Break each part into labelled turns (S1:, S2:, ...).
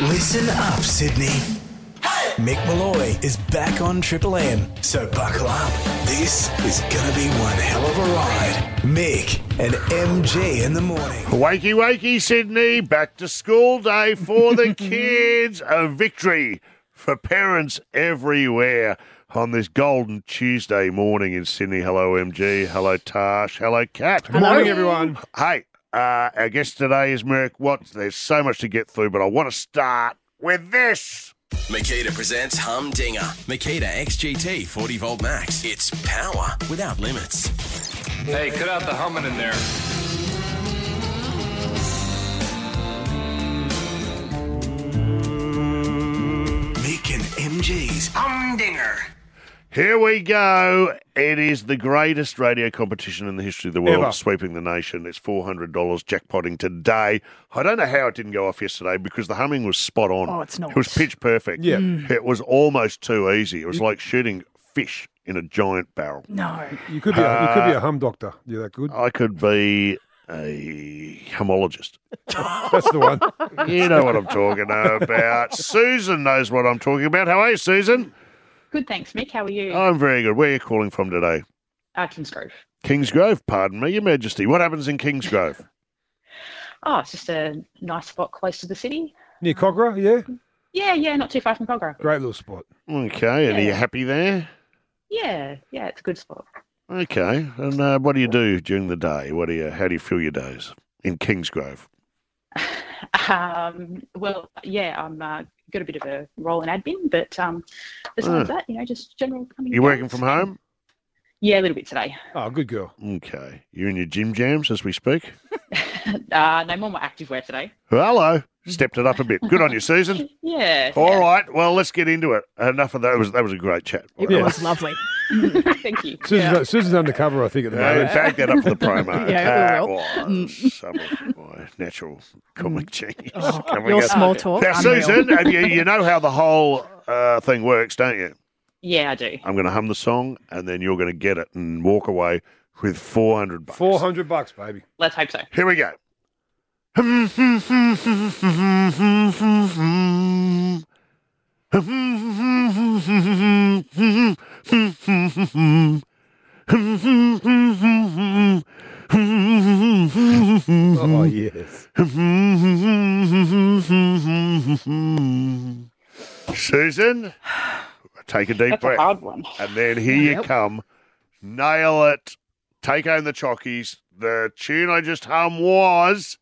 S1: Listen up, Sydney. Mick Malloy is back on Triple M, so buckle up. This is gonna be one hell of a ride. Mick and MG in the morning.
S2: Wakey, wakey, Sydney. Back to school day for the kids. A victory for parents everywhere on this golden Tuesday morning in Sydney. Hello, MG. Hello, Tash. Hello, Kat.
S3: Good morning, everyone.
S2: Hey, uh, our guest today is Merrick Watts. There's so much to get through, but I want to start with this.
S4: Makita presents Humdinger. Makita XGT 40 volt max. It's power without limits.
S5: Hey, cut out the humming in there.
S1: Mick and MG's
S2: Here we go. It is the greatest radio competition in the history of the world,
S3: Ever.
S2: sweeping the nation. It's $400 jackpotting today. I don't know how it didn't go off yesterday because the humming was spot on.
S6: Oh, it's Mm. not.
S2: It was pitch perfect.
S3: Yeah.
S2: It was almost too easy. It was like shooting fish in a giant barrel.
S6: No.
S3: You could be a, you could be a hum doctor. You're that good.
S2: I could be a homologist.
S3: That's the one.
S2: You know what I'm talking about. Susan knows what I'm talking about. How are you, Susan?
S7: Good, thanks, Mick. How are you?
S2: I'm very good. Where are you calling from today?
S7: uh, Kingsgrove.
S2: Kingsgrove, pardon me, Your Majesty. What happens in Kingsgrove?
S7: Oh, it's just a nice spot close to the city.
S3: Near Cogra, yeah.
S7: Yeah, yeah, not too far from Cogra.
S3: Great little spot.
S2: Okay, and are you
S7: Yeah.
S2: happy there?
S7: Yeah, yeah, it's a good spot.
S2: Okay, and uh, what do you do during the day? What do you? How do you fill your days in Kingsgrove?
S7: Um, well, yeah, I'm uh, got a bit of a role in admin, but um, besides that, you know, just general
S2: Ah.
S7: coming.
S2: You
S7: and
S2: working
S7: goes.
S2: from home?
S7: Yeah, a little bit today.
S3: Oh, good girl.
S2: Okay, you're in your gym jams as we speak.
S7: Uh, no more, more active wear today.
S2: Hello, stepped it up a bit. Good on you, Susan.
S7: Yeah.
S2: All right, well, let's get into it. Enough of that. It was that was a great chat.
S6: It
S3: Yeah.
S6: was lovely.
S7: right. Thank you.
S3: Susan's, Susan's undercover, I think, at the
S2: No,
S3: moment.
S2: back Uh, that up for the promo.
S6: Yeah,
S2: that
S6: we will. Mm.
S2: was some of my natural comic genius. coming
S6: Your
S2: out.
S6: small talk.
S2: Now,
S6: Mm. Oh, unreal.
S2: Susan, have you, you know how the whole uh, thing works, don't you?
S7: Yeah, I do.
S2: I'm going to hum the song, and then you're going to get it and walk away with 400 bucks.
S3: Four hundred bucks, baby.
S7: Let's hope so.
S2: Here we go.
S3: Oh yes.
S2: Susan, take a deep
S7: That's a
S2: breath.
S7: hard one.
S2: And then here you come. Nail it. Take home the chockies. The tune I just hum was.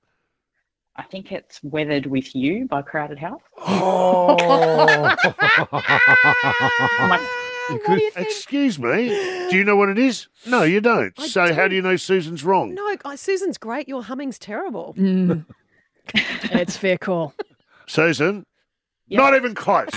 S7: I think it's Weathered with You by Crowded House.
S3: Oh.
S2: Oh.
S7: I'm like,
S3: you could,
S2: Excuse me. Do you know what it is? No, you don't.
S8: I
S2: so how
S8: don't.
S2: do you know Susan's wrong?
S8: No, uh, Susan's great. Your humming's terrible.
S6: Mm. it's fair call.
S2: Susan?
S7: Yeah.
S2: Not even close.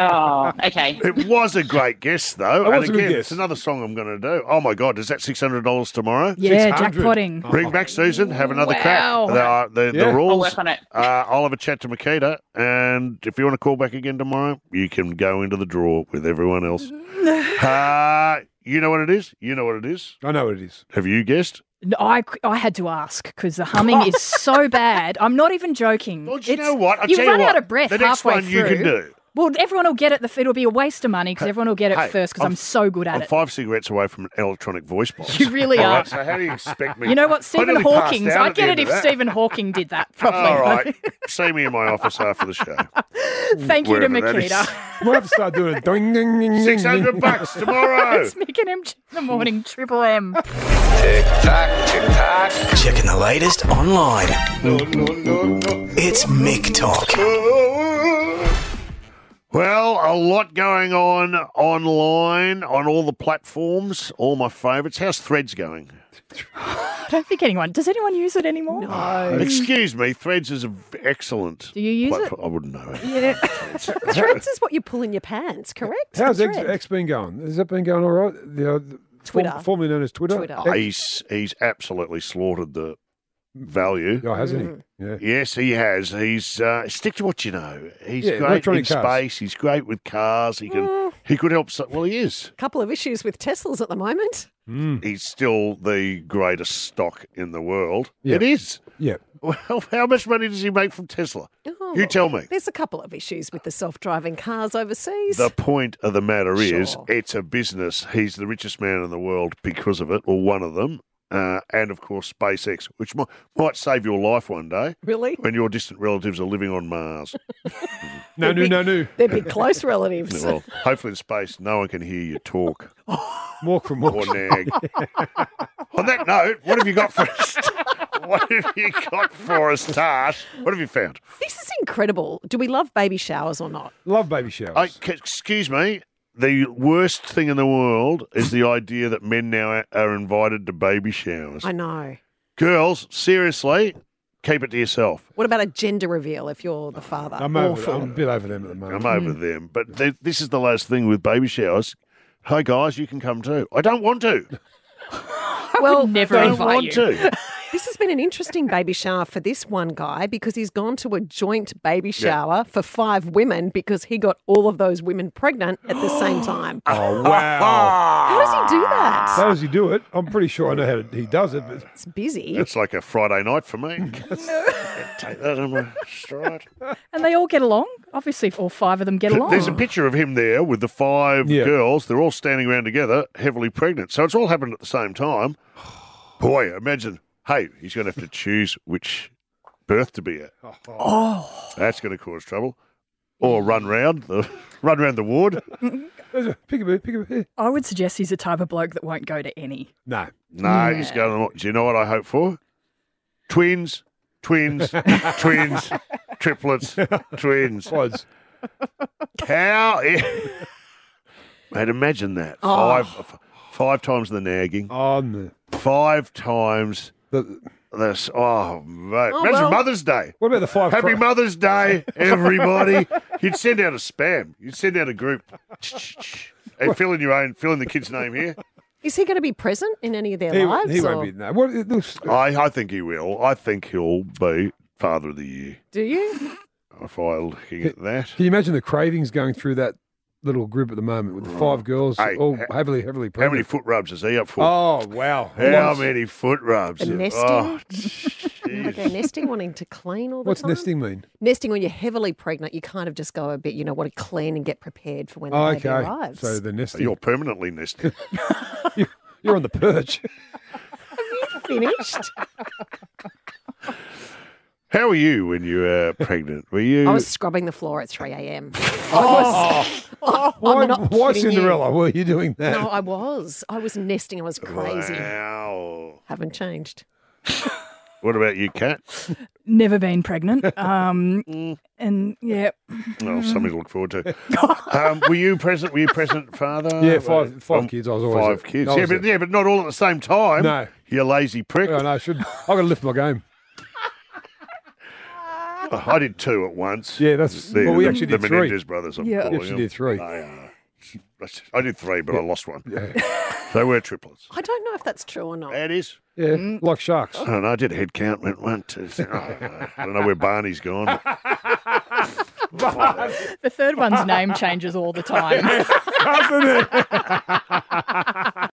S7: oh, okay.
S2: it was a great guess, though.
S3: It
S2: and
S3: was a
S2: again,
S3: good guess.
S2: it's another song I'm going to do. Oh my God, is that six hundred dollars tomorrow?
S6: Yeah,
S3: 600.
S6: jackpotting.
S2: Bring back Susan. Have another
S6: Wow.
S2: crack. There are- The, the
S3: Yeah. I'll
S7: I'll
S2: rules.
S7: work on it.
S2: Uh, I'll have a chat to Makita, and if you want to call back again tomorrow, you can go into the draw with everyone else. uh, you know what it is. You know what it is.
S3: I know what it is.
S2: Have you guessed?
S6: No, I, I had to ask because the humming is so bad. I'm not even joking.
S2: Well, do you
S6: It's-
S2: know what? I'll
S6: you
S2: tell
S6: run
S2: you what,
S6: out of breath
S2: The next
S6: halfway
S2: one you can
S6: through.
S2: do.
S6: Well, everyone will get it. The, f- it'll be a waste of money because everyone will get it
S2: hey,
S6: 1st first because
S2: I'm-
S6: I'm, so good at
S2: I'm
S6: it.
S2: five cigarettes away from an electronic voice box.
S6: You really
S2: All
S6: are.
S2: right, so how do you expect me?
S6: You know
S2: I
S6: what? Stephen
S2: nearly passed
S6: Hawking's.
S2: out
S6: I
S2: at the
S6: get it
S2: end
S6: if
S2: of that.
S6: Stephen Hawking did that properly.
S2: All right. See me in my office after the show.
S6: Thank you to
S2: Wherever that is.
S6: Makita.
S3: We'll have to start doing it. Ding, ding, ding, ding,
S2: Six
S3: ding.
S2: hundred bucks tomorrow.
S6: It's Mick and MG in the morning. Triple M.
S5: Tick tock, tick tock.
S1: Checking the latest online. It's Mick Talk.
S2: Well, a lot going on online on all the platforms, all my favourites. How's Threads going?
S6: I don't think anyone. Does anyone use it anymore?
S2: Excuse me, Threads is an excellent.
S6: Do you use it?
S2: platform. I wouldn't know. it.
S8: Threads is what you pull in your pants, correct?
S3: How's
S8: Thread.
S3: X, X been going? Has that been going all right? The, uh, the-
S8: Twitter.
S3: form- formerly known as Twitter.
S8: Twitter.
S3: X-
S2: He's he's absolutely slaughtered the value.
S3: oh, hasn't
S2: Mm.
S3: he? Yeah.
S2: Yes, he has. He's uh, stick to what you know. He's
S3: Yeah,
S2: great in
S3: electronic cars.
S2: space. He's great with cars. He can he could help. So- well, he is.
S8: couple of issues with Teslas at the moment.
S2: he's still the greatest stock in the world.
S3: Yeah.
S2: It is.
S3: Yeah.
S2: Well, how much money does he make from Tesla?
S8: Oh,
S2: You tell me.
S8: There's a couple of issues with the self-driving cars overseas.
S2: The point of the matter is,
S8: Sure.
S2: it's a business. He's the richest man in the world because of it, or one of them. Uh, and of course, SpaceX, which might, might save your life one day
S8: really?
S2: when your distant relatives are living on Mars.
S3: No, no, no, no.
S8: They'd be close relatives.
S2: well, hopefully, in space, no one can hear you talk
S3: Walk from
S2: or
S3: walk.
S2: nag. on that note, what have you got for us? What have you got for us, Tash? What have you found?
S8: This is incredible. Do we love baby showers or not?
S3: Love baby
S2: I,
S3: showers.
S2: c- excuse me. The worst thing in the world is the idea that men now are invited to baby showers.
S8: I know.
S2: Girls, seriously, keep it to yourself.
S8: What about a gender reveal if you're the father?
S2: Um,
S3: I'm over. it. I'm a bit over them at the
S2: I'm
S3: moment.
S2: over them. But th- this is the last thing with baby showers. Hey guys, you can come too. I don't want to.
S8: Well,
S6: Never
S2: Don't
S6: invite
S2: want
S6: you.
S2: to.
S8: This has been an interesting baby shower for this one guy because he's gone to a joint baby shower for five women because he got all of those women pregnant at the same time.
S3: Oh wow!
S8: How does he do
S2: Ah.
S8: that?
S3: How does he do it? I'm pretty sure I know how he does it, but
S8: It's busy.
S2: It's like a Friday night for me. Take that on my stride.
S6: And they all get along. Obviously, all five of them get along.
S2: There's a picture of him there with the five
S3: Yeah.
S2: girls. They're all standing around together, heavily pregnant. So it's all happened at the same time. Boy, imagine. Hey, he's going to have to choose which birth to be at. Oh, that's going to cause trouble. Or run round the run round the ward.
S3: there's a peekaboo, peekaboo. here.
S6: I would suggest he's the type of bloke that won't go to any.
S3: No,
S2: No, he's going. on- Do you know what I hope for? Twins, twins, twins, triplets, twins.
S3: quads.
S2: How? Mate, imagine that. Five, f- five times the nagging.
S3: On the,
S2: Five times
S3: the
S2: this. Oh, mate. Imagine
S8: well.
S2: Mother's Day.
S3: what about the five?
S2: Happy
S3: cro-
S2: Mother's Day, everybody. You'd send out a spam. You'd send out a group. And fill in your own, fill in the kid's name here.
S8: Is he going to be present in any of their
S3: He,
S8: lives?
S3: he
S8: or-
S3: won't be. No. What, it looks,
S2: I, I think he will. I think he'll be Father of the Year.
S8: Do you?
S2: If I looking at that.
S3: can you imagine the cravings going through that little group at the moment with the five girls
S2: Oh. Hey,
S3: all
S2: ha-
S3: heavily, heavily
S2: How many
S3: pregnant?
S2: foot rubs is he up for?
S3: Oh wow!
S2: How many foot rubs?
S8: The nesting?
S2: Oh,
S8: Like a
S2: jeez.
S8: nesting, wanting to clean all the
S3: What's
S8: time.
S3: nesting mean?
S8: Nesting when you're heavily pregnant, you kind of just go a bit, you know, want to clean and get prepared for when the
S3: Oh,
S8: baby
S3: okay,
S8: arrives.
S3: so the nesting.
S2: You're permanently nesting.
S3: You're, you're on the perch.
S8: Finished.
S2: How were you when you were pregnant? Were you?
S8: I was scrubbing the floor at 3 a.m. I was.
S3: Why,
S8: I'm not
S3: why
S8: kidding you.
S3: Cinderella? Were you doing that?
S8: No, I was. I was nesting. I was crazy.
S2: Wow.
S8: Haven't changed.
S2: What about you, Kat?
S6: Never been pregnant. Um,
S2: Mm.
S6: and yeah,
S2: Well,
S3: Mm-hmm.
S2: something to look forward to. Um, were you present? Were you present, father?
S3: Yeah, five- five
S2: Um,
S3: kids, I was always
S2: five
S3: at-
S2: kids.
S3: I
S2: Yeah,
S3: was
S2: but
S3: at-
S2: yeah, but not all at the same time.
S3: No.
S2: you lazy prick.
S3: Oh, no, I should. I've got to lift my game.
S2: I did two at once.
S3: Yeah, that's-
S2: the,
S3: well, we
S2: the-
S3: actually
S2: the
S3: did three.
S2: Menendez brothers. I'm
S6: Yeah.
S2: calling
S6: You
S3: actually
S2: them.
S3: did three.
S2: I, uh, I did three, but I lost one. they were triplets.
S8: I don't know if that's true or not.
S2: That is.
S3: Yeah,
S8: Mm.
S3: like sharks.
S2: I don't know. I did a head count. Went one, two. Three. Oh, I don't know where Barney's gone. but-
S6: the third one's name changes all the time.
S3: Doesn't it?